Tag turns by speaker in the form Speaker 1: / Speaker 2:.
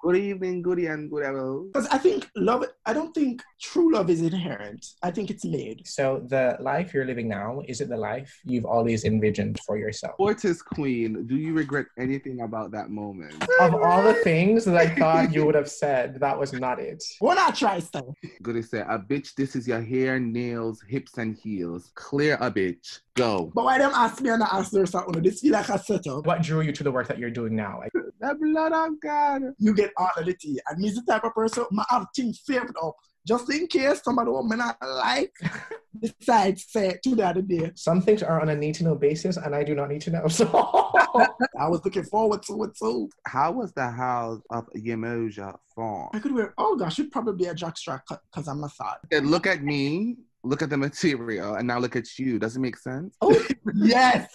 Speaker 1: Good evening, goody and goodable.
Speaker 2: Because I think love, I don't think true love is inherent. I think it's made.
Speaker 3: So the life you're living now, is it the life you've always envisioned for yourself?
Speaker 1: Fortis Queen, do you regret anything about that moment?
Speaker 3: Of all the things that I thought you would have said, that was not it.
Speaker 2: We're not trying stuff.
Speaker 1: Goody said, a bitch, this is your hair, nails, hips, and heels. Clear a bitch. Go.
Speaker 2: But why them ask me and I ask her something? This feel like a setup.
Speaker 3: What drew you to the work that you're doing now? Like,
Speaker 1: The blood of God.
Speaker 2: You get all of the tea. And me's the type of person my have things saved up. Just in case somebody woman I like decides say to the other day.
Speaker 3: some things are on a need to know basis, and I do not need to know. So
Speaker 2: I was looking forward to it too.
Speaker 1: How was the house of Yemoja formed?
Speaker 2: I could wear oh gosh, it'd probably be a jockstrap because I'm a thought.
Speaker 1: Said, look at me, look at the material, and now look at you. Does it make sense?
Speaker 2: Yes.